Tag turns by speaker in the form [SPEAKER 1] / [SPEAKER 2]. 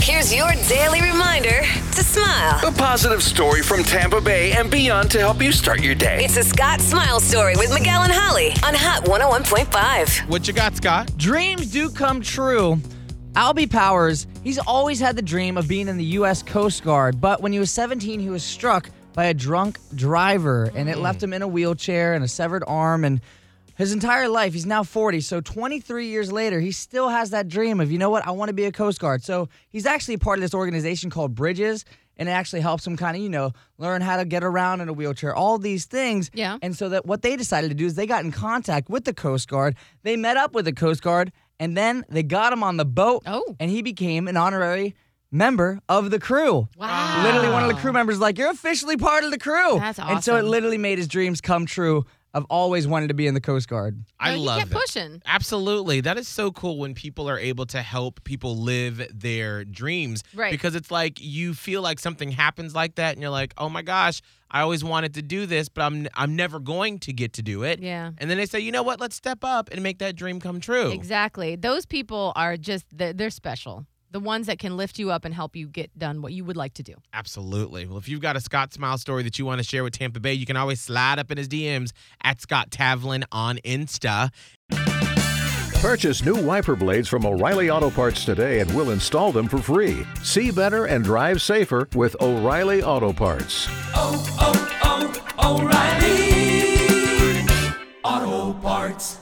[SPEAKER 1] Here's your daily reminder to smile.
[SPEAKER 2] A positive story from Tampa Bay and beyond to help you start your day.
[SPEAKER 1] It's a Scott Smile Story with Miguel and Holly on Hot 101.5.
[SPEAKER 3] What you got, Scott?
[SPEAKER 4] Dreams do come true. Albie Powers, he's always had the dream of being in the U.S. Coast Guard, but when he was 17, he was struck by a drunk driver, and it left him in a wheelchair and a severed arm. And his entire life, he's now 40, so 23 years later, he still has that dream of, you know what, I want to be a Coast Guard. So he's actually part of this organization called Bridges, and it actually helps him kind of, you know, learn how to get around in a wheelchair, all these things.
[SPEAKER 5] Yeah.
[SPEAKER 4] And so that what they decided to do is they got in contact with the Coast Guard. They met up with the Coast Guard and then they got him on the boat.
[SPEAKER 5] Oh.
[SPEAKER 4] And he became an honorary member of the crew.
[SPEAKER 5] Wow.
[SPEAKER 4] Literally one of the crew members was like, You're officially part of the crew.
[SPEAKER 5] That's
[SPEAKER 4] And so it
[SPEAKER 5] awesome.
[SPEAKER 4] literally made his dreams come true of always wanting to be in the Coast Guard.
[SPEAKER 3] I
[SPEAKER 5] No, you
[SPEAKER 3] love
[SPEAKER 5] kept
[SPEAKER 3] that.
[SPEAKER 5] pushing.
[SPEAKER 3] Absolutely. That is so cool when people are able to help people live their dreams.
[SPEAKER 5] Right.
[SPEAKER 3] Because it's like you feel like something happens like that and you're like, oh my gosh, I always wanted to do this, but I'm I'm never going to get to do it.
[SPEAKER 5] Yeah.
[SPEAKER 3] And then they say, you know what, let's step up and make that dream come true.
[SPEAKER 5] Exactly. Those people are just they're, they're special. The ones that can lift you up and help you get done what you would like to do.
[SPEAKER 3] Absolutely. Well, if you've got a Scott Smile story that you want to share with Tampa Bay, you can always slide up in his DMs at Scott Tavlin on Insta.
[SPEAKER 6] Purchase new wiper blades from O'Reilly Auto Parts today and we'll install them for free. See better and drive safer with O'Reilly Auto Parts.
[SPEAKER 7] oh, oh, O'Reilly. Auto Parts.